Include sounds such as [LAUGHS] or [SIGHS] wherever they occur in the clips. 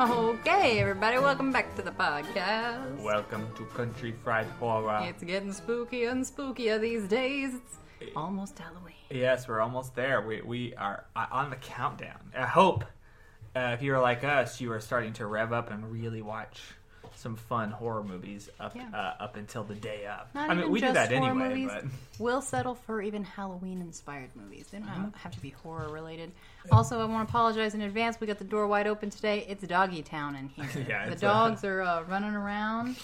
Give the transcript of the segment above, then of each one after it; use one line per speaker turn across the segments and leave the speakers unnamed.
Okay, everybody, welcome back to the podcast.
Welcome to Country Fried Horror.
It's getting spookier and spookier these days. It's almost Halloween.
Yes, we're almost there. We, we are uh, on the countdown. I hope uh, if you're like us, you are starting to rev up and really watch some fun horror movies up
Yeah.
uh, up until the day of.
Not
I mean,
even
we do
just
that
horror
anyway,
movies.
but
We'll settle for even Halloween-inspired movies. They don't
Uh-huh.
have- have to be horror-related. Also, I want to apologize in advance. We got the door wide open today. It's doggy town
[LAUGHS]
in here.
Yeah,
the
it's, uh,
dogs are uh, running around.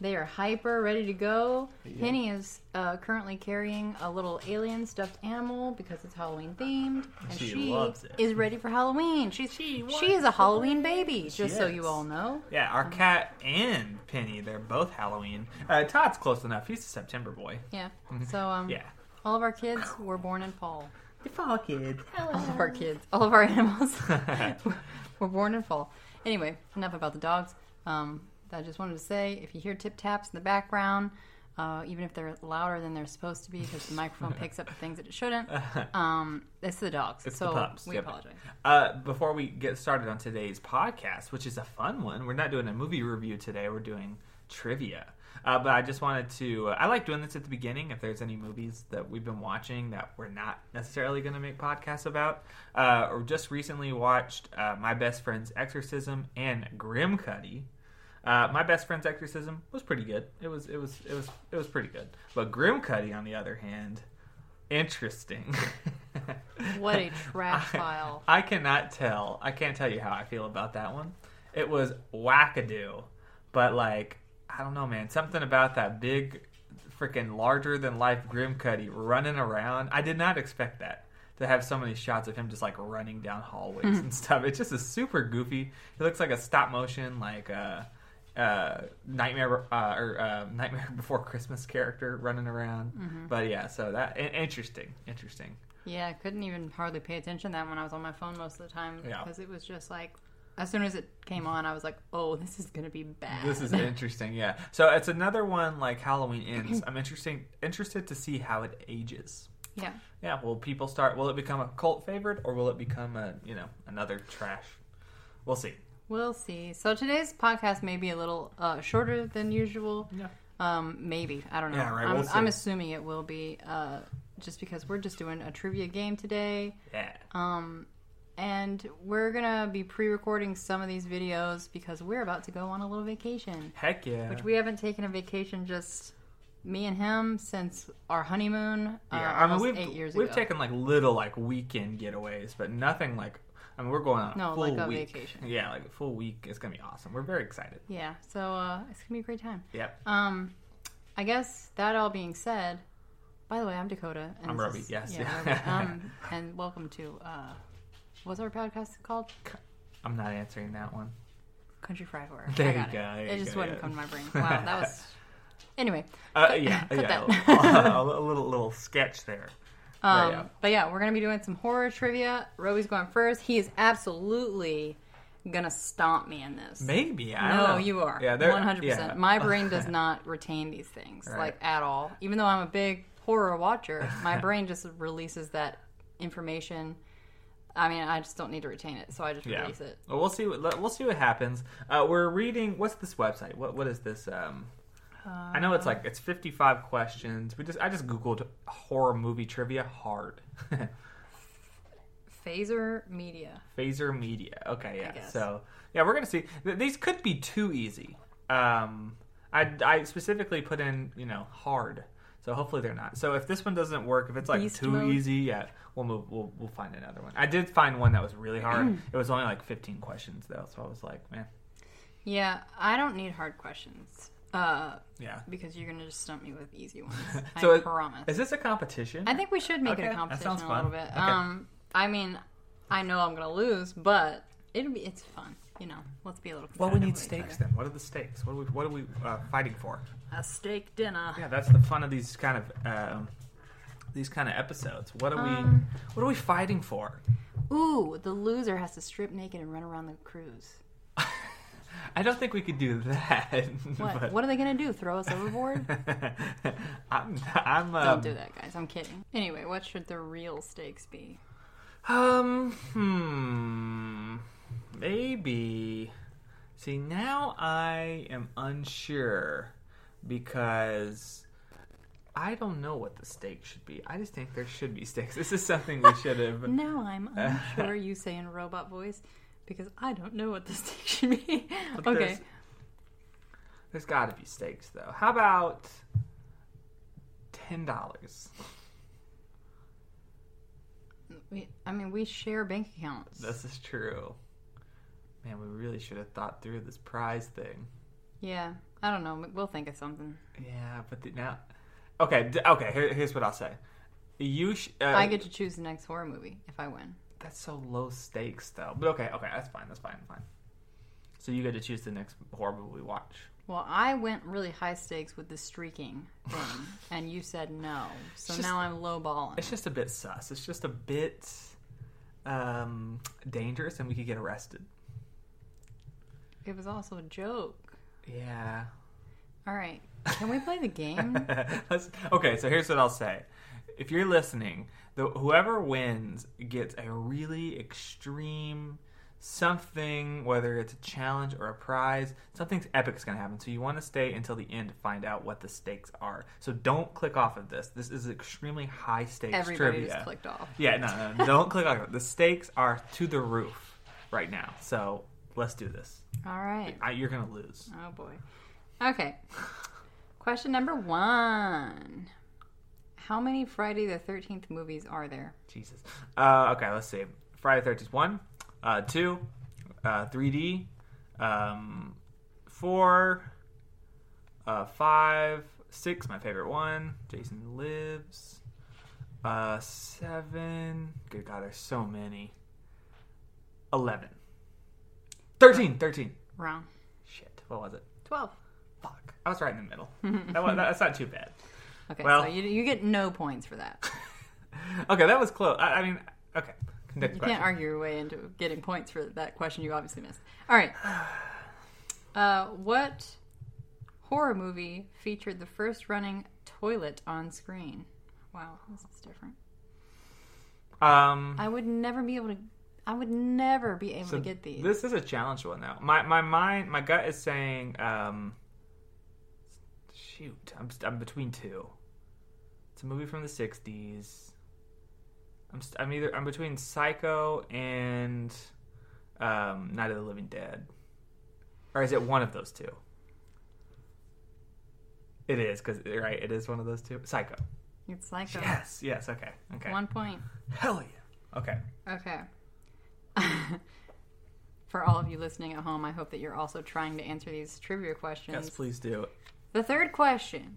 They are hyper, ready to go. Penny is uh, currently carrying a little alien stuffed animal because it's Halloween themed, and
She
she,
loves it.
is ready for Halloween. She's she, is a Halloween baby, just so you
is.
all know.
yeah, our
Um,
cat and Penny, they're both Halloween. Uh, Todd's close enough. He's a September boy.
Yeah. So um,
Mm-hmm. Yeah.
all of our kids were born in fall.
The fall kid.
all of our kids, all of our [LAUGHS]
[LAUGHS]
animals were born in fall. Anyway, enough about the dogs. Um, I just wanted to say, if you hear tip taps in the background, uh, even if they're louder than they're supposed to be, because the microphone picks up the things that it
[LAUGHS]
shouldn't, um, it's the dogs.
It's
so
the pups.
we
yep.
apologize.
Uh, before we get started on today's podcast, which is a fun one, we're not doing a movie review today. We're doing trivia. Uh, but I just wanted to. I like doing this at the beginning. If there's any movies that we've been watching that we're not necessarily going to make podcasts about, uh, or just recently watched uh, My Best Friend's Exorcism and Grim Cuddy. Uh, my best friend's exorcism was pretty good. It was it was it was it was pretty good. But Grim Cuddy, on the other hand, interesting. [LAUGHS]
What a trash
I-
pile.
I cannot tell. I can't tell you how I feel about that one. It was wackadoo, but like I don't know, man. Something about that big, freaking larger than life Grim Cuddy running around. I did not expect that to have so many shots of him just like running down hallways and stuff. It's just a super goofy. It looks like a stop motion like uh, uh, nightmare uh, or uh, Nightmare [LAUGHS] Before Christmas character running around. But yeah, so that in- interesting, interesting.
Yeah, I couldn't even hardly pay attention to that when I was on my phone most of the time
Yeah.
because it was just like, as soon as it came on, I was like, oh, this is going to be bad. [LAUGHS]
This is interesting, yeah. So it's another one like Halloween ends. I'm interesting interested to see how it ages.
yeah.
Yeah, will people start will it become a cult favorite or will it become a you know, another trash? We'll see.
We'll see. So today's podcast may be a little uh, shorter than usual.
Yeah.
Um, maybe I don't know.
Yeah, right,
I'm,
we'll see.
I'm assuming it will be uh, just because we're just doing a trivia game today, Um,
Yeah.
and we're gonna be pre-recording some of these videos because we're about to go on a little vacation.
Heck yeah.
Which we haven't taken a vacation just me and him since our honeymoon. uh,
yeah. I mean
almost
we've
eight years
we've
ago.
taken like little like weekend getaways, but nothing like I mean we're going on a
No,
full
like a
week.
vacation.
Yeah, like a full week. It's gonna be awesome. We're very excited.
yeah, so uh, it's gonna be a great time.
Yep.
Um, I guess that all being said, by the way, I'm Dakota. And
I'm
this
Robbie,
is-
yes,
yeah,
yeah. [LAUGHS]
Robbie. Um, and welcome to uh, what's our podcast called?
I'm not answering that one.
Country Fried Horror. I
There you
got
go,
It,
there
it
you
just
go,
wouldn't
yeah.
come to my
[LAUGHS]
brain. Wow, that was. Anyway,
Uh,
cut-
yeah,
[LAUGHS] cut
yeah.
that.
a,
[LAUGHS]
a little little sketch there.
um,
yeah.
but yeah, we're gonna be doing some horror trivia. Roby's going first. He is absolutely gonna stomp me in this.
Maybe I don't
No,
know.
you are.
Yeah, they're-
one hundred
yeah.
percent. My brain
[LAUGHS]
does not retain these things
Right.
like at all. Even though I'm a big horror watcher, my brain just releases that information. I mean, I just don't need to retain it, so I just
Yeah.
release it.
Well, we'll see. What, we'll see what happens. Uh, we're reading. What's this website? What What is this? Um, I know
Uh,
it's like it's fifty five questions. We just I just googled horror movie trivia hard. [LAUGHS]
Phaser Media.
Phaser Media. Okay, yeah.
guess.
So yeah, we're gonna see. Th- These could be too easy. Um, I I specifically put in you know hard. So hopefully they're not. So if this one doesn't work, if it's like
Beast
too
mode.
easy, yeah, we'll move. We'll we'll find another one. I did find one that was really hard. it was only like fifteen questions though, so I was like, man,
Yeah, I don't need hard questions uh,
yeah.
because you're gonna just stump me with easy
[LAUGHS]
ones.
So
I
it-
promise.
Is this a competition?
I think we should make
Okay,
it a
that
competition
sounds
a little
fun.
bit.
Okay.
Um, I mean, I know I'm gonna lose, but it'll be it's fun. You know, let's be a little.
Well, we
competitive
need
with each other.
stakes then. What are the stakes? What are we What are we uh, fighting for?
A steak dinner.
Yeah, that's the fun of these kind of um, these kind of episodes. What are
Um,
we What are we fighting for?
Ooh, the loser has to strip naked and run around the cruise.
I don't think we could do that. [LAUGHS]
What?
but-
What are they gonna do? Throw us overboard?
I'm, I'm, [LAUGHS] um,
Don't do that, guys. I'm kidding. Anyway, what should the real stakes be?
Um, hmm. Maybe. See, now I am unsure because I don't know what the stakes should be. I just think there should be stakes. This is something we
[LAUGHS]
should have.
Now
[LAUGHS]
I'm unsure you say in robot voice because I don't know what the [LAUGHS] stakes should be.
But
okay.
there's- there's got to be stakes, though. How about $10?
We, I mean, we share bank accounts.
This is true. Man, we really should have thought through this prize thing.
yeah. I don't know. We'll think of something.
Yeah, but the, now, okay, d- okay. Here, here's what I'll say. You, sh- uh,
I get to choose the next horror movie if I win.
That's so low stakes, though. But okay, okay, that's fine. That's fine. Fine. So you get to choose the next horror movie we watch.
Well, I went really high stakes with the streaking
[LAUGHS]
thing, and you said no. So
just-
now I'm low balling.
It's just a bit sus. It's just a bit um, dangerous, and we could get arrested.
It was also a joke.
Yeah.
All right. Can we [LAUGHS] play the game?
[LAUGHS] Let's- okay, so here's what I'll say. If you're listening, the, whoever wins gets a really extreme something, whether it's a challenge or a prize. Something epic is going to happen. So you want to stay until the end to find out what the stakes are. So don't click off of this. This is extremely high stakes
Everybody
trivia.
just clicked off.
Yeah, no, no, don't click off. of it. The stakes are to the roof right now. So let's do this.
All right.
I, you're going to lose.
Oh boy. Okay. Question number one. How many Friday the Thirteenth movies are there?
Jesus. Uh, okay, let's see. Friday Thirteenth one, uh, two, uh, three D, um, four, uh, five, six. My favorite one. Jason lives. Uh, seven. Good God, there's so many. Eleven. Thirteen. Thirteen.
Wrong.
Shit. What was it?
Twelve.
Fuck. I was right in
[LAUGHS]
the middle. that was, that's not too bad.
Okay,
Well-
so you, you get no points for that.
Okay, that was close. I, I mean, okay. Conduct
You
question.
can't argue your way into getting points for that question you obviously missed. All [SIGHS] right. Uh, what horror movie featured the first running toilet on screen? Wow, this is different.
Um.
I would never be able to. I would never be able
So
to get these.
This is a challenge one though. My my mind, my gut is saying, um, shoot, I'm st- I'm between two. It's a movie from the '60s. I'm st- I'm either I'm between Psycho and um, Night of the Living Dead, or is it one of those two? It is because right, it is one of those two. Psycho.
It's like a
Yes, yes. Okay, okay.
one point.
Hell yeah. Okay.
Okay. [LAUGHS] For all of you listening at home, I hope that you're also trying to answer these trivia questions.
Yes, please do.
The third question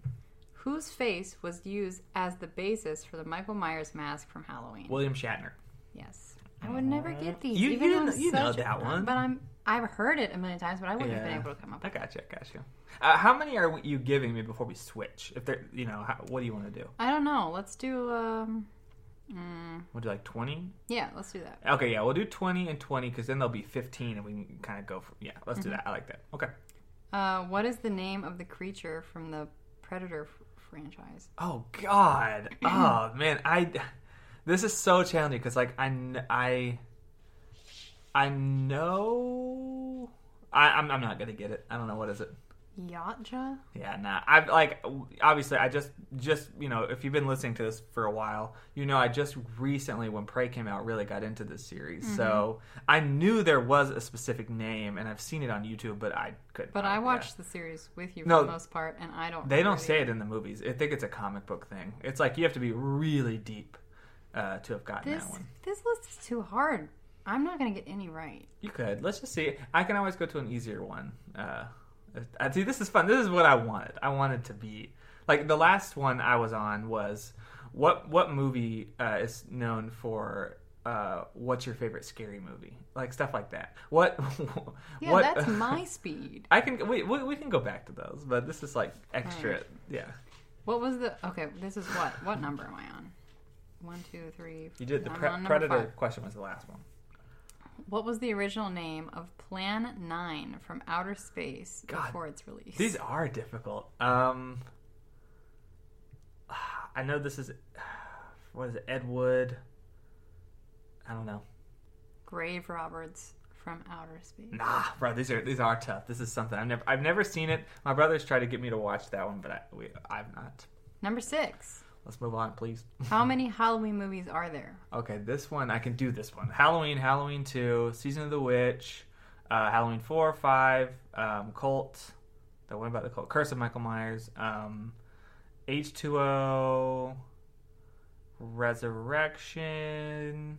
Whose face was used as the basis for the Michael Myers mask from Halloween?
William Shatner.
yes. I would never get these.
You-
even
you
though I'm
kn- you know
such-
that one.
But I'm, I've heard it a million times, but I wouldn't have
Yeah.
been able to come up
I
with it.
gotcha, I gotcha. Uh, how many are you giving me before we switch? If they're, you know, how, what do you want to do?
I don't know. Let's do. Um, mm,
We'll do like twenty.
yeah, let's do that.
Okay, yeah, we'll do twenty and twenty because then there'll be fifteen, and we can kind of go. For, yeah, let's do that. I like that. Okay.
Uh, what is the name of the creature from the Predator f- franchise?
Oh God. oh man, I. This is so challenging because like I kn- I. I know. I, I'm, I'm not gonna get it. I don't know what is it.
Yatja?
Yeah, nah. I've like w- obviously I just just you know if you've been listening to this for a while, you know I just recently when Prey came out really got into this series. So
Mm-hmm.
I knew there was a specific name and I've seen it on YouTube, but I couldn't.
But I
Oh, yeah.
watched the series with you for
No.
the most part, and I don't.
They don't
remember
say it in the movies. I think it's a comic book thing. It's like you have to be really deep uh, to have gotten
This
that one.
this list is too hard. I'm not gonna get any right.
You could. Let's just see. I can always go to an easier one. Uh, I see. This is fun. This is what I wanted. I wanted to be like the last one I was on was what what movie uh, is known for. Uh, what's your favorite scary movie? Like stuff like that. What? [LAUGHS]
Yeah,
what? [LAUGHS]
that's my speed.
I can we, we we can go back to those, but this is like extra. Yeah,
What was the okay? This is what? What number am I on? One, two, three.
you did the
I'm
pre-
on number
predator
five.
question was the last one.
What was the original name of Plan Nine from Outer Space
God.
before its release?
These are difficult. Um, I know this is what is it? Ed Wood. I don't know.
Grave Roberts from Outer Space.
Nah, bro, these are these are tough. This is something I've never I've never seen it. My brothers tried to get me to watch that one, but I we, I've not.
Number six.
Let's move on, please.
How many Halloween movies are there?
Okay, this one I can do this one. Halloween, Halloween two, Season of the Witch, uh, Halloween four, five, um, Cult. The one about the cult, Curse of Michael Myers, um, H two O, Resurrection,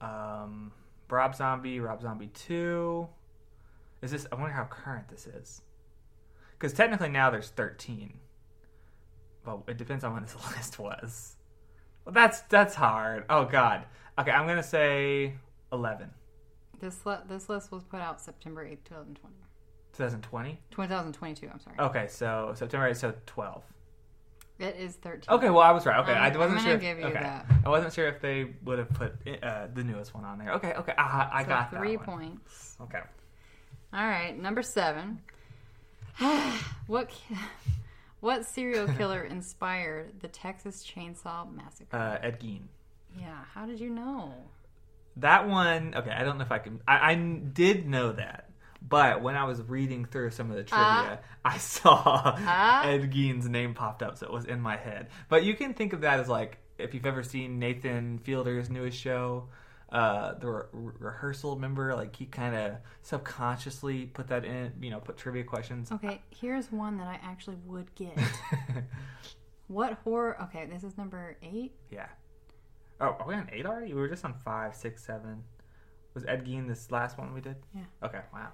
um, Rob Zombie, Rob Zombie two. Is this? I wonder how current this is. Because technically now there's thirteen. Well, it depends on when this [LAUGHS] list was. Well, that's that's hard. Oh God. Okay, I'm gonna say eleven.
This li- this list was put out September eighth, 2020.
2020.
2022, I'm sorry.
Okay, so September 8th, so 12.
It is 13.
Okay, well I was right. Okay,
I'm-
I wasn't
I'm
sure.
gonna give you
okay.
that.
I wasn't sure if they would have put uh, the newest one on there. Okay, okay, I, I
So
got
three
that one.
points.
Okay,
All right, number seven. [SIGHS] what ki- [LAUGHS] what
[LAUGHS]
serial killer inspired the Texas Chainsaw Massacre?
uh, Ed Gein.
yeah, how did you know?
That one. Okay, I don't know if I can. I, I did know that, but when I was reading through some of the trivia, [LAUGHS]
Ah.
I saw
Ah.
Ed Gein's name popped up, so it was in my head. But you can think of that as like if you've ever seen Nathan Fielder's newest show. Uh, the re- rehearsal member, like he kind of subconsciously put that in, you know, put trivia questions.
Okay, here's one that I actually would get. what horror? Okay, this is number eight.
[LAUGHS] yeah. Oh, are we on eight already? We were just on five, six, seven. Was Ed Gein this last one we did?
Yeah.
Okay. Wow.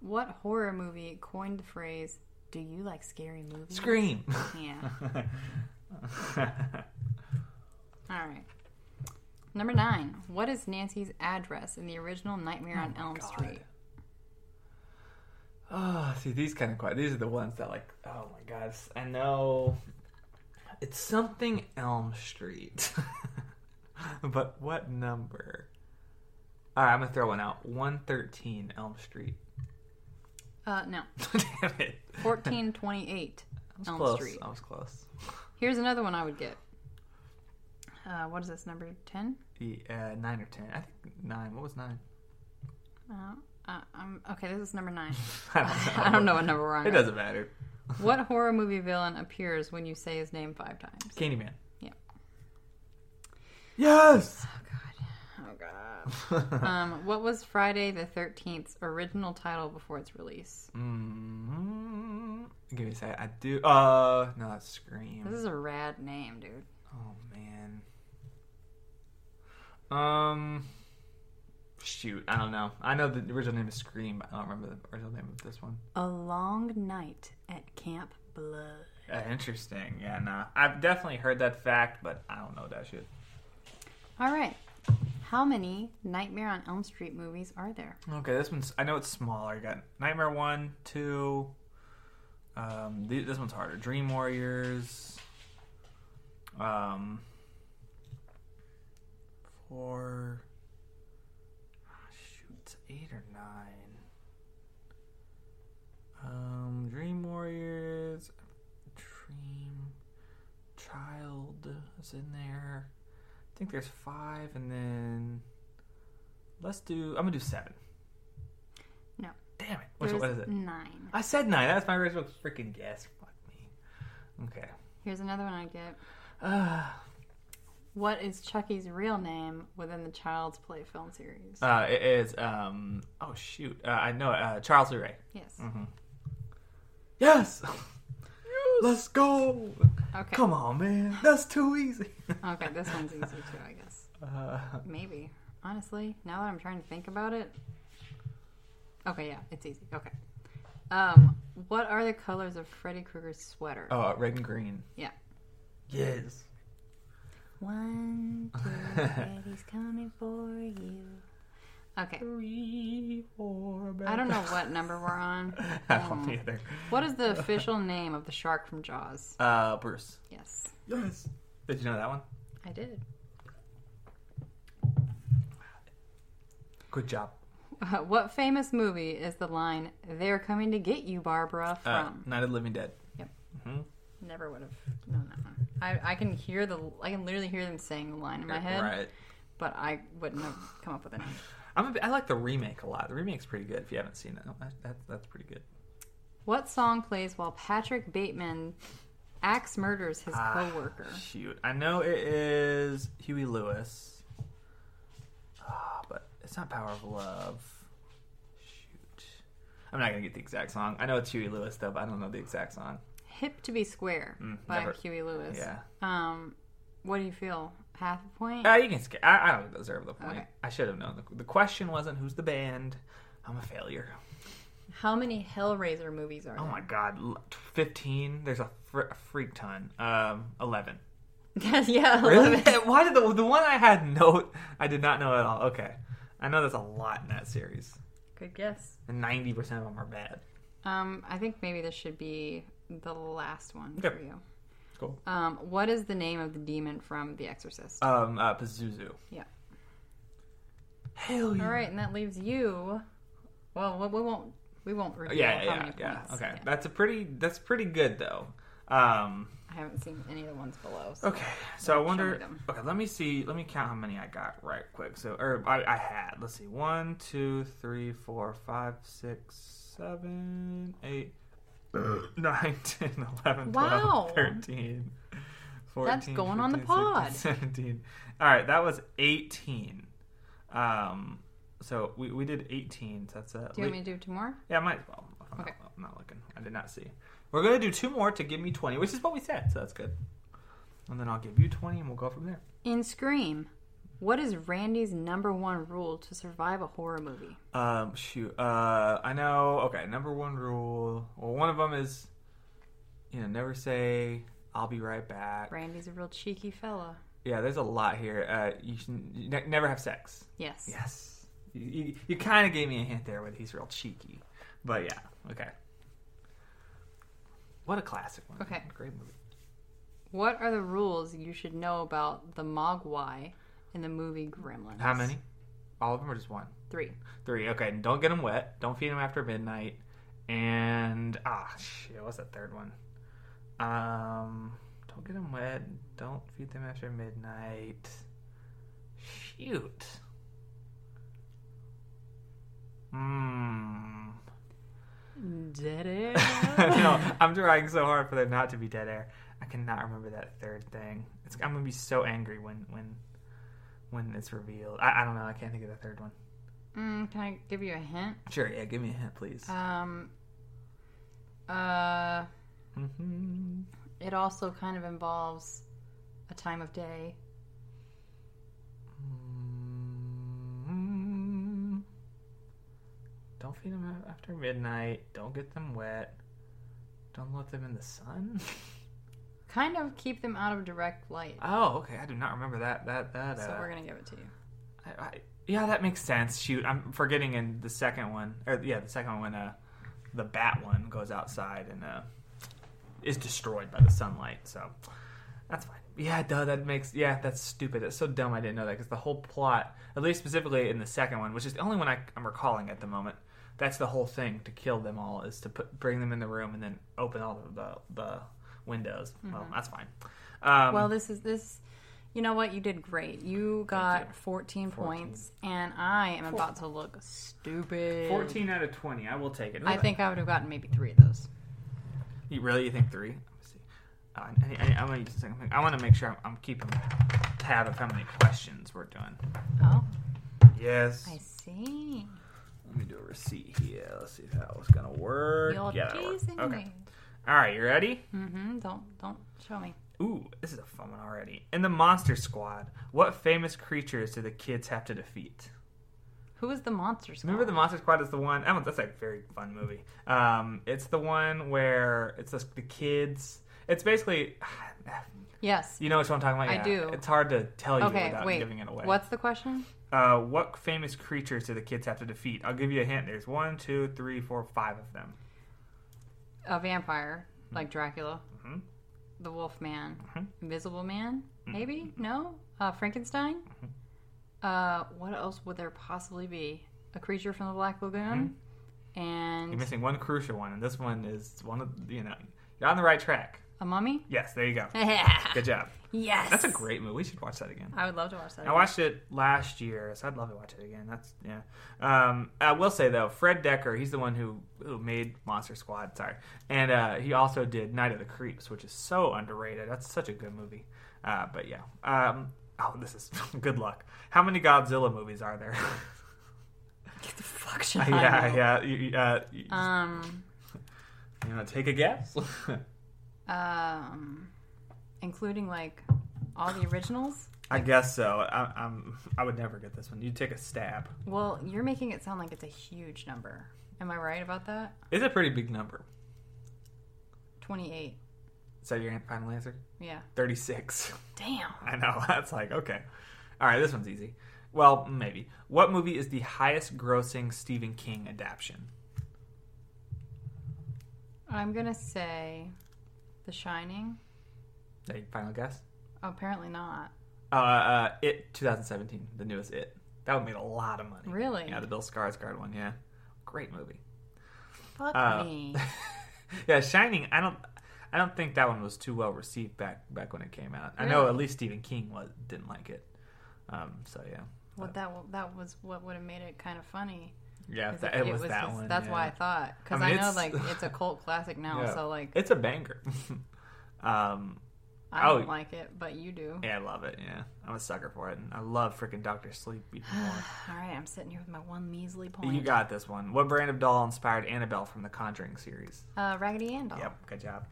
What horror movie coined the phrase "Do you like scary movies?"
Scream. [LAUGHS]
Yeah. All right. Number nine. What is Nancy's address in the original Nightmare on Elm
God.
Street?
oh, see these kind of quiet. These are the ones that like. Oh my gosh, I know. It's something Elm Street, [LAUGHS] but what number? All right, I'm gonna throw one out. One thirteen Elm Street. [LAUGHS]
Uh, no.
Damn it.
Fourteen
[LAUGHS]
twenty-eight
I was
Elm
close.
Street.
I was close.
Here's another one I would get. Uh, what is this number ten?
The uh, nine or ten. I think nine. What was nine? [LAUGHS]
Uh, uh, um, okay, this is number
[LAUGHS]
nine.
I
[LAUGHS] I don't know what number we're on.
It doesn't matter.
What horror movie villain appears when you say his name five times?
Candyman.
Yeah.
[LAUGHS] Yes.
Oh God. Oh God. um, what was Friday the 13th's original title before its release?
Mm, give me a second. I do. Uh, no, that's
This
Scream.
is a rad name, dude.
Oh man. Um. Shoot, I don't know. I know the original name is Scream, but I don't remember the original name of this one.
A Long Night at Camp Blood.
Uh, interesting. Yeah, nah. I've definitely heard that fact, but I don't know that shit.
All right. How many Nightmare on Elm Street movies are there?
Okay, this one's. I know it's smaller. I got Nightmare One, Two. Um, th- this one's harder. Dream Warriors. Um. Four. ah, Shoot, it's eight or nine. Um, Dream Warriors. Dream Child is in there. I think there's five, and then let's do. I'm gonna do seven.
No.
Damn it! What's,
There's
what is it?
Nine.
I said nine. That's my original freaking guess. Fuck me. Okay.
Here's another one I get.
Uh,
What is Chucky's real name within the Child's Play film series?
uh, it is. Um. Oh shoot. Uh, I know. it. Uh, Charles Lee Ray.
yes.
Mm-hmm. Yes. Let's go.
Okay.
Come on, man. That's too easy.
Okay, this one's easy too, I guess.
Uh,
Maybe. Honestly, now that I'm trying to think about it. Okay, yeah, it's easy. Okay. Um, what are the colors of Freddy Krueger's sweater?
oh, uh, red and green.
Yeah.
Yes.
One, two,
[LAUGHS]
Freddy's coming for you. Okay.
Three, four,
I don't
[LAUGHS]
know what number we're on.
I don't either.
What is the official name of the shark from Jaws?
Uh, Bruce.
Yes,
Yes. Did you know that one?
I did.
Good job.
[LAUGHS] what famous movie is the line "They're coming to get you, Barbara"?
Uh,
from?
Night of the Living Dead.
Yep.
hmm
never would have known that one. I, I can hear the I can literally hear them saying the line in my head,
Right.
but I wouldn't have come up with any.
I'm a, bi- I like the remake a lot. The remake's pretty good. If you haven't seen it, that, that, that's pretty good.
What song plays while Patrick Bateman axe murders his
Ah,
coworker?
Shoot, I know it is Huey Lewis, Ah, but it's not Power of Love. Shoot, I'm not gonna get the exact song. I know it's Huey Lewis though, but I don't know the exact song.
Hip to be square
Mm,
by
never-
Huey Lewis.
Yeah,
Um, what do you feel? Half a point?
uh, you can skip. I, I don't deserve the point.
Okay.
I should have known. The, the question wasn't who's the band. I'm a failure.
How many Hellraiser movies are
Oh
there?
my god, l- fifteen. There's a, fr- a freak ton. Um, eleven.
Yes, [LAUGHS] yeah,
Really? [LAUGHS]
11.
Why did the the one I had no? I did not know at all. Okay, I know there's a lot in that series,
Good guess.
and ninety percent of them are bad.
Um, I think maybe this should be the last one
Okay.
for you.
Cool.
Um, what is the name of the demon from The Exorcist?
Um, uh, Pazuzu.
Yeah.
Hell yeah.
All right, and that leaves you. Well, we- we won't. We won't
Yeah,
reveal
yeah,
how
yeah.
many
yeah.
points.
Okay,
Yeah.
that's a pretty. That's pretty good though. Um.
I haven't seen any of the ones below. So.
Okay, so I
Show me
wonder.
them.
Okay, let me see. Let me count how many I got right quick. So, or I, I had. Let's see. One, two, three, four, five, six, seven, eight, nine, [LAUGHS] ten, eleven, twelve,
Wow.
thirteen, fourteen,
That's going on the
15, 16,
pod.
17. All right, that was eighteen. Um, so we, we did eighteen. So that's a
Do you want me to do two more?
yeah, might as well. I'm,
Okay.
not, I'm not looking. I did not see. We're gonna do two more to give me twenty, which is what we said, so that's good. And then I'll give you twenty, and we'll go from there.
In Scream, what is Randy's number one rule to survive a horror movie?
Um, shoot. Uh, I know. Okay, number one rule. Well, one of them is, you know, never say "I'll be right back."
Randy's a real cheeky fella.
Yeah, there's a lot here. Uh, you should you ne- never have sex.
Yes.
Yes. You, you, you kind of gave me a hint there, but he's real cheeky. But yeah, okay. What a classic one.
Okay.
Great movie.
What are the rules you should know about the Mogwai in the movie Gremlins?
How many? All of them or just one?
Three.
Three. Okay. And don't get them wet. Don't feed them after midnight. And ah, shit. What's that third one? Um, don't get them wet. Don't feed them after midnight. Shoot. Hmm. [LAUGHS]
Dead air.
no, I'm trying so hard for there not to be dead air. I cannot remember that third thing. It's, I'm gonna be so angry when when when it's revealed. I, I don't know. I can't think of the third one.
[LAUGHS] Mm, can I give you a hint?
Sure, yeah, give me a hint, please.
Um, uh,
hmm
it also kind of involves a time of day.
Mm. Don't feed them a- after midnight. Don't get them wet. Don't let them in the sun. [LAUGHS]
Kind of keep them out of direct light.
Oh, okay. I do not remember that. That that. Uh,
So we're gonna give it to you.
I, I, yeah, that makes sense. Shoot, I'm forgetting in the second one. Or yeah, the second one when uh, the bat one goes outside and uh, is destroyed by the sunlight. So that's fine. Yeah, duh. That makes yeah. That's stupid. That's so dumb. I didn't know that because the whole plot, at least specifically in the second one, which is the only one I, I'm recalling at the moment. That's the whole thing to kill them all is to put bring them in the room and then open all the the, the windows. Well, that's fine. Um,
Mm-hmm. well, this is this. You know what? You did great. You got
you.
14,
14.
points, and I am about to look stupid.
14 out of 20. I will take it.
I think I would have gotten maybe three of those.
You really? You think three? Let me see. Uh, I, I, I want to use the second thing. I want to make sure I'm, I'm keeping tab of how many questions we're doing.
Oh,
Yes.
I see.
Let me do a receipt here. Let's see if that was gonna work.
You're
yeah, that worked.
teasing
Okay.
me.
All right, you ready?
Mm-hmm. Don't don't show me.
Ooh, this is a fun one already. In the Monster Squad, what famous creatures do the kids have to defeat?
Who is the monster? Squad?
Remember the Monster Squad is the one. That one, that's a very fun movie. Um, it's the one where it's the, the kids. It's basically,
Yes.
you know what I'm talking about.
I
Yeah.
do.
It's hard to tell you
Okay.
without
Wait.
giving it away.
What's the question?
Uh, what famous creatures do the kids have to defeat? I'll give you a hint. There's one, two, three, four, five of them.
A vampire,
Mm-hmm.
like Dracula,
Mhm.
the Wolf Man,
Mhm.
Invisible Man,
Mm-hmm.
maybe no, uh, Frankenstein. Uh, what else would there possibly be? A creature from the Black Lagoon,
You're
and
missing one crucial one, and this one is one of you know. You're on the right track.
A mummy? [LAUGHS]
Yes, there you go. Good job.
yes.
That's a great movie. We should watch that again.
I would love to watch that.
I watched it last year, so I'd love to watch it again. That's yeah. Um, I will say though, Fred Decker, he's the one who who made Monster Squad. Sorry, and uh, he also did Night of the Creeps, which is so underrated. That's such a good movie. Uh, but yeah, um, oh, this is [LAUGHS] good luck. How many Godzilla movies are there? [LAUGHS]
again. Get the fuck shot.
yeah, yeah. You, you, uh, you,
Um,
you know, take a guess. [LAUGHS]
um, including like all the originals.
I guess so. I, I'm. I would never get this one. You take a stab.
Well, you're making it sound like it's a huge number. Am I right about that?
It's a pretty big number.
Twenty-eight.
So your final answer?
Yeah.
Thirty [LAUGHS] six.
Damn.
I know. [LAUGHS] That's like, okay. All right, this one's easy. Well, maybe. What movie is the highest grossing Stephen King adaptation?
I'm gonna say, The Shining. Oh,
Is that your final guess?
Apparently not.
Uh, uh, it 2017, the newest It. That would make a lot of money.
Really?
Yeah, the Bill Skarsgård one. Yeah, great movie.
Fuck
Uh,
me.
yeah, Shining. I don't. I don't think that one was too well received back back when it came out. I know
Really?
at least Stephen King was didn't like it. Um, so yeah,
Well, that wa- that was what would have made it kind of funny.
yeah,
'Cause
that,
if
it, was that
this-
one.
That's why
yeah.
I thought because
I
I,
mean,
know
it's-
like
[LAUGHS]
it's a cult classic now.
Yeah.
So like
it's a banger. [LAUGHS] um,
I don't
oh.
like it, but you do.
Yeah, I love it. Yeah, I'm a sucker for it, and I love freaking Doctor Sleep even
[SIGHS]
more.
All right, I'm sitting here with Oh my one measly point.
you got this one. What brand of doll inspired Annabelle from the Conjuring series?
uh, Raggedy Ann doll.
Yep, good job.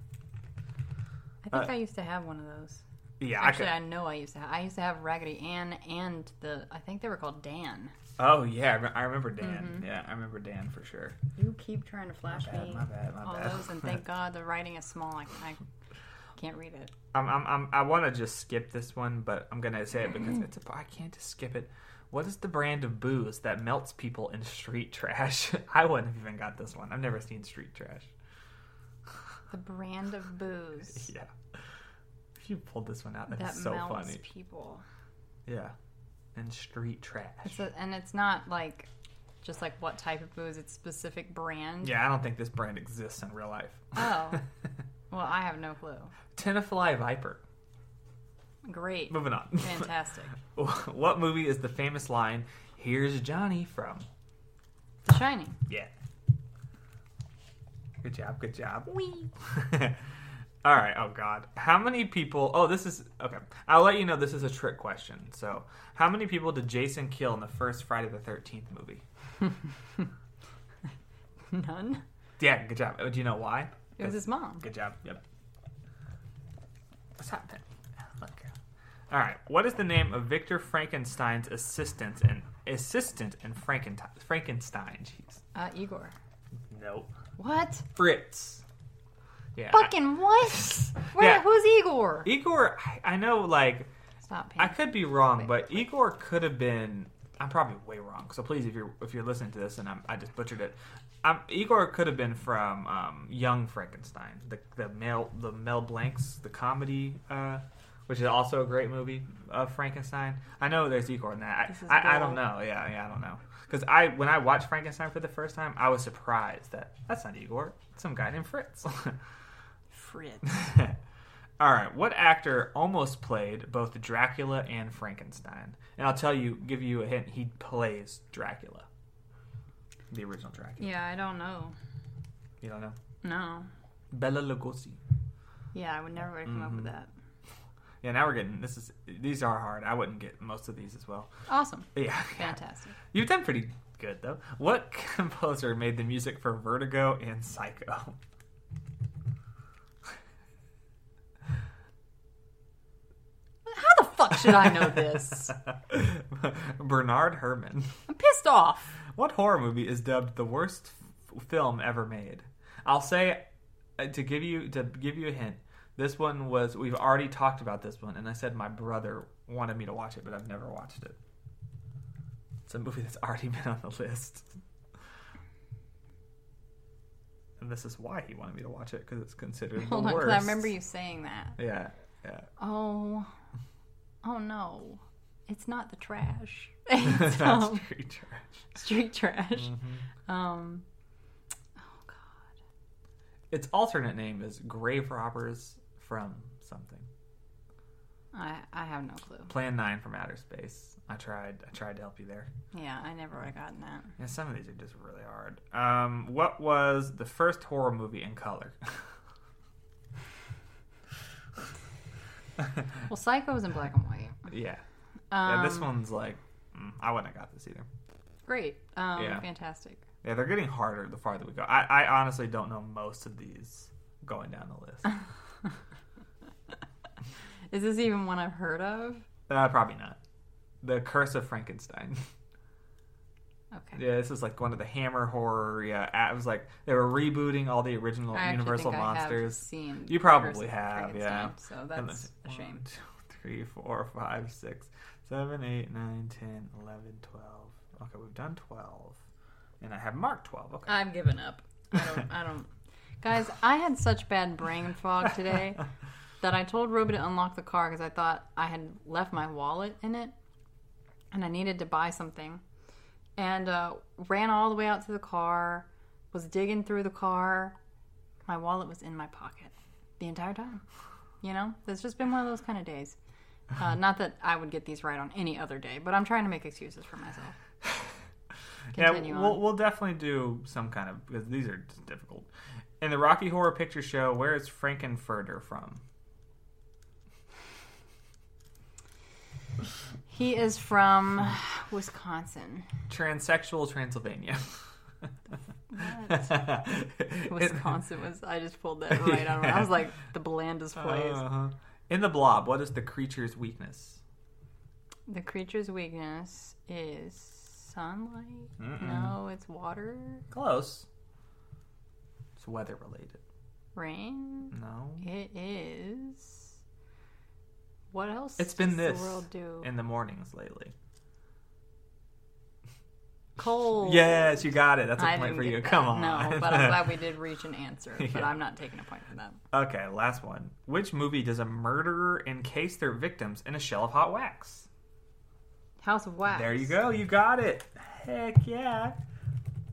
I think
Uh,
I used to have one of those.
Yeah,
Actually,
I
I know I used to. have I used to have Raggedy Ann and the. I think they were called Dan.
could. Oh yeah, I rem- I remember Dan. Yeah, I remember Dan for sure.
You keep trying to Mm-hmm. flash
bad,
me
my bad, my
all
bad.
those,
[LAUGHS]
and thank God the writing is small. I, I can't read it.
I'm, I'm, I'm, I want to just skip this one, but I'm gonna say it because it's a. I can't just skip it. What is the brand of booze that melts people in street trash? [LAUGHS] I wouldn't have even got this one. I've never seen street trash.
The brand of
[LAUGHS]
booze
Yeah. If you pulled this one out,
that
that's so
melts
funny.
people.
Yeah. And street trash.
It's a, and it's not like just like what type of booze. It's specific brand.
Yeah, I don't think this brand exists in real life.
Oh. Well, I have no clue.
[LAUGHS] Tenafly Viper.
Great.
[LAUGHS] Moving on. [LAUGHS]
Fantastic.
what movie is the famous line, Here's Johnny from?
The Shining.
Yeah. Good job, good job.
Wee.
[LAUGHS] All right, oh God. How many people. Oh, this is. Okay. I'll let you know this is a trick question. So, how many people did Jason kill in the first Friday the 13th movie?
None.
Yeah, good job. Do you know why?
It was his mom.
Good job. Yep. What's happening? Oh, Okay. All right. What is the name of Victor Frankenstein's assistant and assistant in Frankenstein? Frankenstein. Jeez.
Uh, Igor.
Nope.
What?
Fritz. Yeah. I-
Fucking what?
[LAUGHS]
Where?
Yeah.
Who's Igor?
Igor. I, I know. Like
Stop.
I
Pam.
could be wrong, but Igor could have been. I'm probably way wrong. So please, if you're if you're listening to this and I'm, I just butchered it, um, Igor could have been from um, Young Frankenstein, the the Mel the Mel Blanc's the comedy, uh, which is also a great movie of Frankenstein. I know there's Igor in that.
This is
I, I, I don't
gold.
know. Yeah, yeah, I don't know. Because I when I watched Frankenstein for the first time, I was surprised that that's not Igor. It's some guy named Fritz. [LAUGHS]
Fritz.
All right, what actor almost played both Dracula and Frankenstein? And I'll tell you, give you a hint, he plays Dracula. The original Dracula.
Yeah, I don't know.
You don't know?
No.
Bella Lugosi.
Yeah, I would never would have come up
Mm-hmm.
with that.
Yeah, now we're getting this is these are hard. I wouldn't get most of these as well. [LAUGHS]
Awesome.
Yeah.
Fantastic.
You've done pretty good though. What [LAUGHS] composer made the music for Vertigo and Psycho?
How the fuck should I know this?
[LAUGHS] Bernard Herrmann.
I'm pissed off.
What horror movie is dubbed the worst f- film ever made? I'll say uh, to give you to give you a hint. This one was we've already talked about this one, and I said my brother wanted me to watch it, but I've never watched it. It's a movie that's already [LAUGHS] been on the list, and this is why he wanted me to watch it because it's considered
Hold
the
on, 'cause
worst.
I remember you saying that.
Yeah,
[LAUGHS]
yeah. [LAUGHS]
Oh, oh no, it's not the trash. [LAUGHS]
That's [LAUGHS]
It's um,
pretty trash. Mm-hmm.
street trash. Um,
Its alternate name is Grave Robbers from something.
I, I have no clue.
Plan nine from outer space. I tried. I tried to help you there.
Yeah, I never would have gotten that.
Yeah, some of these are just really hard. Um, what was the first horror movie in color? [LAUGHS]
Well, Psycho was in black and white.
yeah.
Um,
Yeah, this one's like, mm, I wouldn't have got this either.
Great. Um,
Yeah.
Fantastic.
Yeah, they're getting harder the farther we go. I, I honestly don't know most of these going down
[LAUGHS]
the list.
Is this even one I've heard of?
uh, probably not. The Curse of Frankenstein. [LAUGHS]
Okay.
yeah, this is like one of the Hammer horror. Yeah, I was like they were rebooting all the original
I actually
Universal
think I have
monsters.
seen
You probably
Curse of
have, yeah.
Frankenstein, So
And
that's a
then-
shame.
One, two, [LAUGHS] three, four, five, six, seven, eight, nine, ten, eleven, twelve. Okay, we've done twelve, and I have marked twelve. Okay.
I've given up. I don't. I don't. Guys, I had such bad brain fog today that I told Ruby to unlock the car because I thought I had left my wallet in it, and I needed to buy something, and uh, ran all the way out to the car, was digging through the car. My wallet was in my pocket the entire time. You know, it's just been one of those kind of days. Uh, not that I would get these right on any other day, but I'm trying to make excuses for myself. Continue
yeah, we'll,
on.
we'll definitely do some kind of because these are just difficult. In the Rocky Horror Picture Show, where is Frankenfurter from?
He is from Wisconsin.
Transsexual Transylvania. [LAUGHS]
Wisconsin was. I just pulled
[LAUGHS]
that right out. I was like the blandest place.
Uh-huh. In the Blob, what is the creature's weakness?
the creature's weakness is sunlight.
Mm-mm.
No, it's water,
Close. It's weather related.
rain.
No.
It is. What else?
It's
does
been this
The world do
in the mornings lately.
cold.
Yes, you got it. That's a
I
point
didn't
for
get
you.
that.
Come on.
No, but
[LAUGHS]
I'm glad we did reach an answer. But
Yeah.
I'm not taking a point for that.
Okay, last one. Which movie does a murderer encase their victims in a shell of hot wax?
House of Wax.
There you go. You got it. Heck yeah.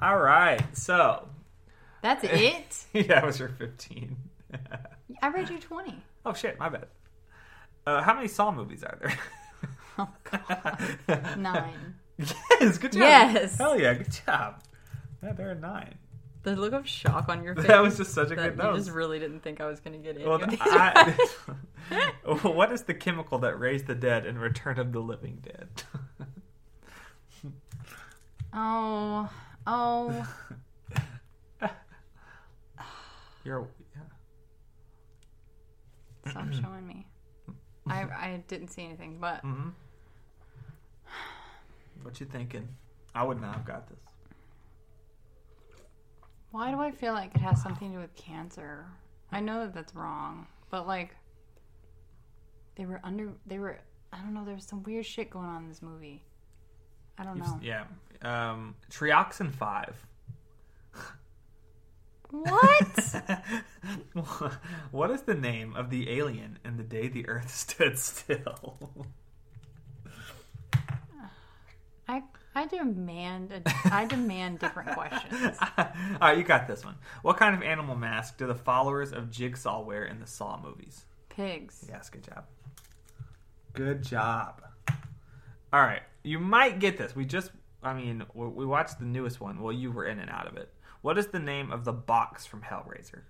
All right. So, [LAUGHS]
That's it.
yeah, it was your 15.
I read you twenty.
[LAUGHS] oh, shit. My bad. Uh, how many Saw movies are there?
[LAUGHS] Oh God. Nine.
[LAUGHS] Yes. Good job.
Yes.
Hell yeah. Good job. Yeah, there are nine.
The look of shock on your face.
[LAUGHS] That was just such a
that
good
you
note.
just really didn't think I was going to get any
Well,
of these.
I,
[LAUGHS] right.
[LAUGHS] what is the chemical that raised the dead and returned of the living dead? [LAUGHS]
oh, oh,
You're. Yeah.
stop showing me. I I didn't see anything, but
hmm What you thinking? I would not have got this.
why do I feel like it has something to do with cancer? I know that that's wrong, but like they were under they were I don't know there was some weird shit going on in this movie. I don't
You've-
know.
Yeah. Um, Trioxin 5. [LAUGHS]
What?
[LAUGHS] what is the name of the alien in the day the earth [LAUGHS] stood still? [LAUGHS]
I I demand a, I demand different
[LAUGHS]
questions.
All right, you got this one. What kind of animal mask do the followers of Jigsaw wear in the Saw movies?
Pigs. [LAUGHS]
Yes, good job. Good job. All right, you might get this. We just, I mean, we we watched the newest one. Well, you were in and out of it. What is the name of the box from Hellraiser?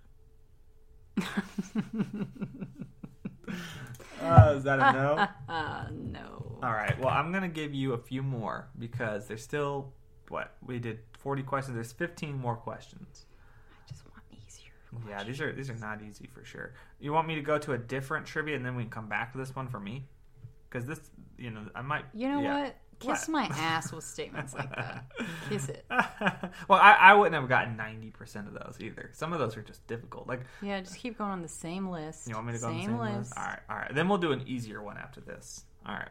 Uh, is that a no?
Uh, no.
[LAUGHS] All right. Well, I'm gonna give you a few more because there's still what we did 40 questions. There's 15 more questions.
I just want easier.
Yeah, these are these are not easy for sure. You want me to go to a different trivia and then we can come back to this one for me? Because this, you know, I might.
You know
yeah.
what? Kiss
What?
my ass with statements like
[LAUGHS]
that. Kiss it.
well, I, I wouldn't have gotten 90% of those either. Some of those are just difficult. Like,
Yeah, just keep going on the same list.
you want me to go on the same list? All right, all right. Then we'll do an easier one after this. All right.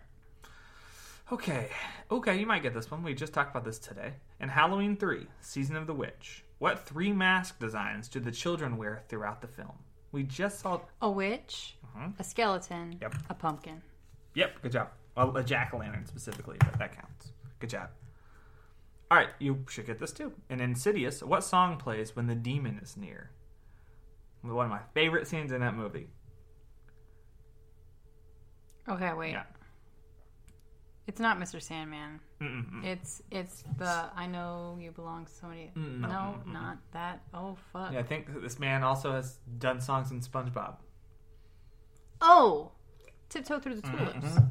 Okay, okay, you might get this one. We just talked about this today. In Halloween 3, Season of the Witch, what three mask designs do the children wear throughout the film? We just saw.
A witch,
Mhm.
a skeleton,
Yep.
a pumpkin.
Yep, good job. Well, a jack o' lantern specifically, but that counts. Good job. All right, you should get this too. In Insidious, what song plays when the demon is near? One of my favorite scenes in that movie.
Okay, wait.
Yeah.
It's not Mr. Sandman.
Mm-mm-mm.
It's it's the I know you belong to somebody.
Mm, no,
no,
mm, mm,
not that. Oh fuck.
Yeah, I think that this man also has done songs in SpongeBob.
Oh, tiptoe through the tulips.
Mhm.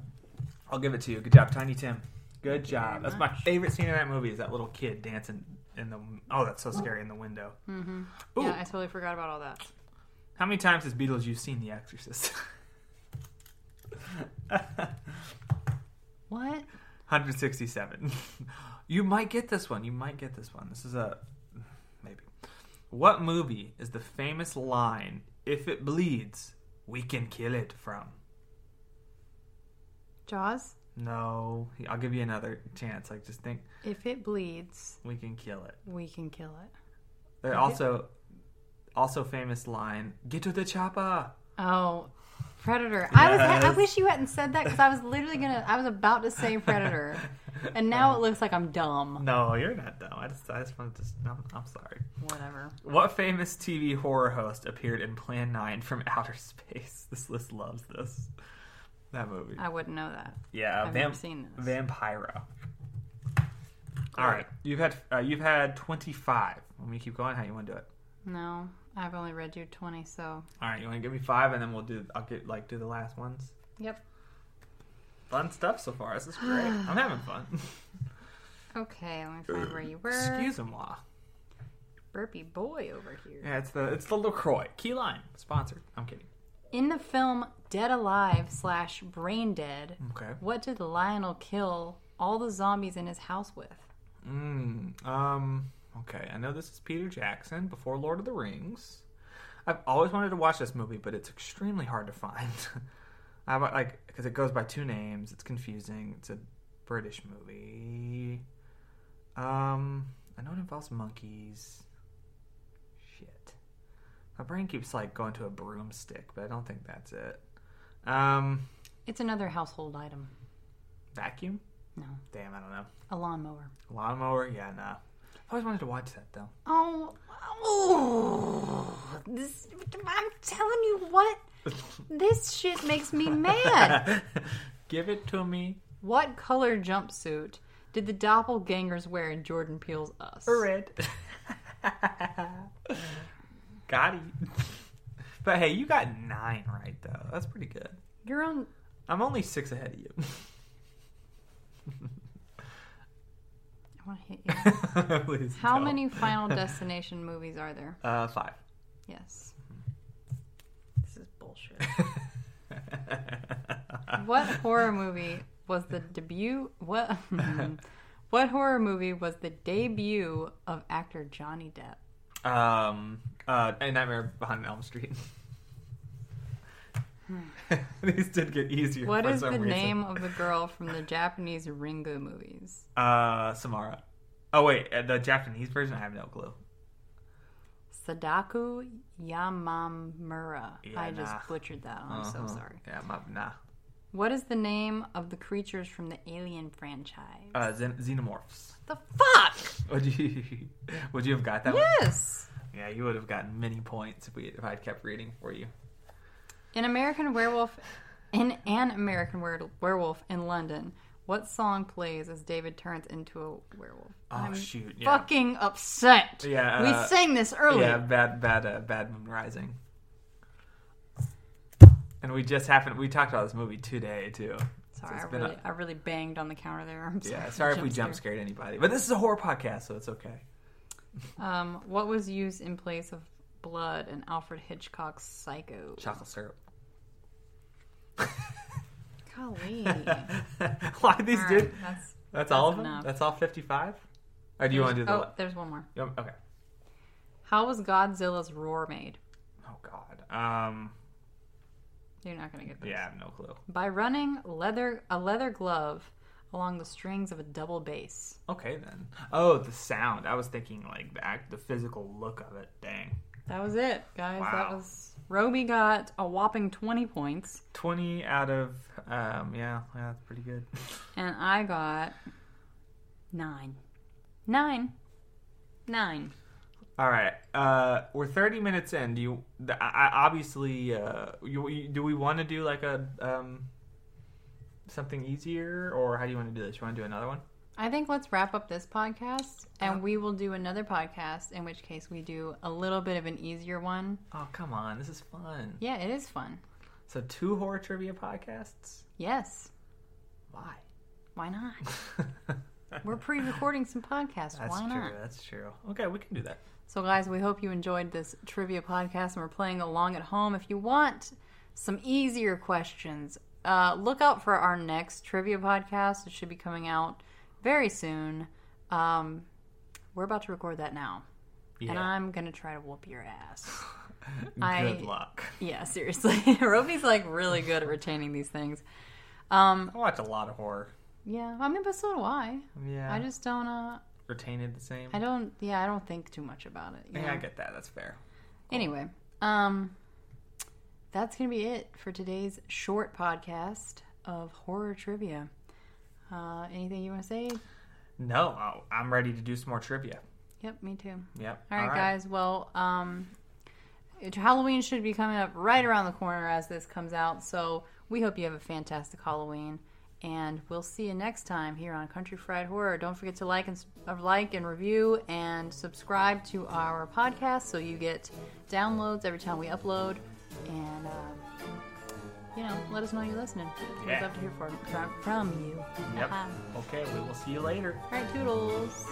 I'll give it to you. Good job, Tiny Tim. Good
Thank you
job.
very
That's my
much.
favorite scene in that movie. Is that little kid dancing in the? Oh, that's so scary in the window.
Mm-hmm.
Ooh,
Yeah, I totally forgot about all that.
how many times has Beetlejuice seen The Exorcist? [LAUGHS]
What?
167. [LAUGHS] you might get this one. You might get this one. This is a maybe. What movie is the famous line "If it bleeds, we can kill it" from?
Jaws.
No, I'll give you another chance. Like, just think
If it bleeds,
we can kill it.
we can kill it.
They're
Okay.
also also famous line "Get to the chopper."
Oh, Predator. I was. I
Yes.
wish you hadn't said that because I was literally gonna. I was about to say Predator, and now it looks like I'm dumb.
[LAUGHS] No, you're not dumb. I just I just want to just I'm, I'm sorry.
Whatever.
What famous TV horror host appeared in Plan 9 from Outer Space? [LAUGHS] This list loves this. That movie.
I wouldn't know that.
yeah,
Uh, I've
Vamp-
never seen this.
Vampiro. All right, you've had uh, you've had 25. Let me keep going. How you want to do it?
No, I've only read you twenty. So.
All right, you want to give me 5 and then we'll do I'll get like do the last ones.
Yep.
Fun stuff so far. This is
[SIGHS]
great. I'm having fun. [LAUGHS]
Okay, let me find where you were.
Excuse moi.
Burpee boy over here.
Yeah, it's the it's the LaCroix. Key lime. Sponsored. I'm kidding.
In the film Dead Alive slash Brain Dead,
Okay.
what did Lionel kill all the zombies in his house with?
Mm, um. Okay, I know this is Peter Jackson before Lord of the Rings. I've always wanted to watch this movie, but it's extremely hard to find. [LAUGHS] I wa- like because it goes by two names. It's confusing. It's a British movie. Um, I know it involves monkeys. Shit, my brain keeps like going to a broomstick, but I don't think that's it. Um,
It's another household item.
vacuum.
No,
Damn, I don't know.
a lawnmower.
Lawnmower. Yeah, nah. I always wanted to watch that though.
[LAUGHS] Oh, oh! This, I'm telling you what, this shit makes me [LAUGHS] mad.
Give it to me.
what color jumpsuit did the doppelgangers wear in Jordan Peele's Us?
Red. [LAUGHS] got it. But hey, you got nine right though. That's pretty good.
You're on.
I'm only six ahead of you. [LAUGHS]
I want to [LAUGHS] hit you.
Please
How
don't.
many [LAUGHS] Final Destination movies are there?
Uh, five.
Yes. This is bullshit. [LAUGHS] what horror movie was the debut? What? [LAUGHS] hmm, what horror movie was the debut of actor Johnny Depp?
Um, uh, a Nightmare Behind Elm Street. [LAUGHS] These did get [LAUGHS] easier.
Hmm. What
for
is the
some reason.
name of the girl from the Japanese Ringo movies?
Uh, Samara. Oh wait, uh, the Japanese version. I have no clue.
Sadaku Yamamura.
Yeah,
I just
nah.
butchered that. I'm so
Uh-huh.
sorry.
Yeah, my, nah.
What is the name of the creatures from the Alien franchise?
Uh, Xen- xenomorphs.
the fuck?
Would you [LAUGHS] would you have got that? One?
Yes.
Yeah, you would have gotten many points if we if I'd kept reading for you.
In American Werewolf, in an American Were- Werewolf in London, what song plays as David turns into a werewolf?
Oh
I'm
shoot! Yeah,
fucking upset.
Yeah, uh,
we sang this earlier.
yeah, bad bad uh, bad moon rising. And we just happened. We talked about this movie today too.
Sorry, I
it's been
really,
a-
I really banged on the counter there. I'm sorry.
Yeah,
[LAUGHS]
sorry if we jump
Jump
scared anybody, but this is a horror podcast, so it's okay.
scare. Um, what was used in place of blood in Alfred Hitchcock's Psycho?
Chocolate syrup. [LAUGHS]
Golly.
Why these
All right,
did?
that's-
That's all of them.
enough.
That's all fifty-five. Or do you want to do the?
oh,
la-
there's one more.
you want- Okay.
How was Godzilla's roar made?
Oh God. Um.
You're not gonna get this.
Yeah, I have no clue.
By running leather a leather glove along the strings of a double bass.
Okay then. Oh, the sound. I was thinking like the act, the physical look of it. Dang.
That was it, guys. That
Wow.
was Roby got a whopping twenty points,
Twenty out of um. Yeah, yeah, that's pretty good. [LAUGHS]
and I got nine. Nine. Nine.
All right. Uh, we're thirty minutes in. Do you? I, I obviously. Uh, you, you- do we want to do like a um, something easier, or how do you want to do this? You want to do another one?
I think let's wrap up this podcast and
Uh.
we will do another podcast, in which case we do a little bit of an easier one.
Oh, come on. This is fun.
Yeah, it is fun.
So, two horror trivia podcasts?
Yes.
[LAUGHS] Why?
Why not?
[LAUGHS] that's
We're pre recording some podcasts. Why
true.
not?
That's true. Okay, we can do that.
So, guys, we hope you enjoyed this trivia podcast and we're playing along at home. If you want some easier questions, uh, look out for our next trivia podcast. It should be coming out very soon. Um, we're about to record that now, and
Yeah.
I'm going to try to whoop your ass. I-
Good luck.
yeah, seriously. [LAUGHS] Roby's like really good at retaining these things. Um,
I watch a lot of horror.
yeah, I mean, but so do I.
Yeah.
I just don't, uh,
retain it the same.
I don't, yeah, I don't think too much about it. you
Yeah, I
know?
get that. That's fair.
Anyway, um, that's gonna be it for today's short podcast of horror trivia. Uh, anything you want to say?
No, oh, I'm ready to do some more trivia.
Yep, me too.
Yep.
All right, guys. Well, um, it- Halloween should be coming up right around the corner as this comes out. So we hope you have a fantastic Halloween, and we'll see you next time here on Country Fried Horror. Don't forget to like and s- uh, like and review and subscribe to our podcast so you get downloads every time we upload. And uh, you know, let us know you're listening. We'd
Yeah.
love to hear from from, from you.
Yep.
All
Okay, we will see you later.
right, toodles.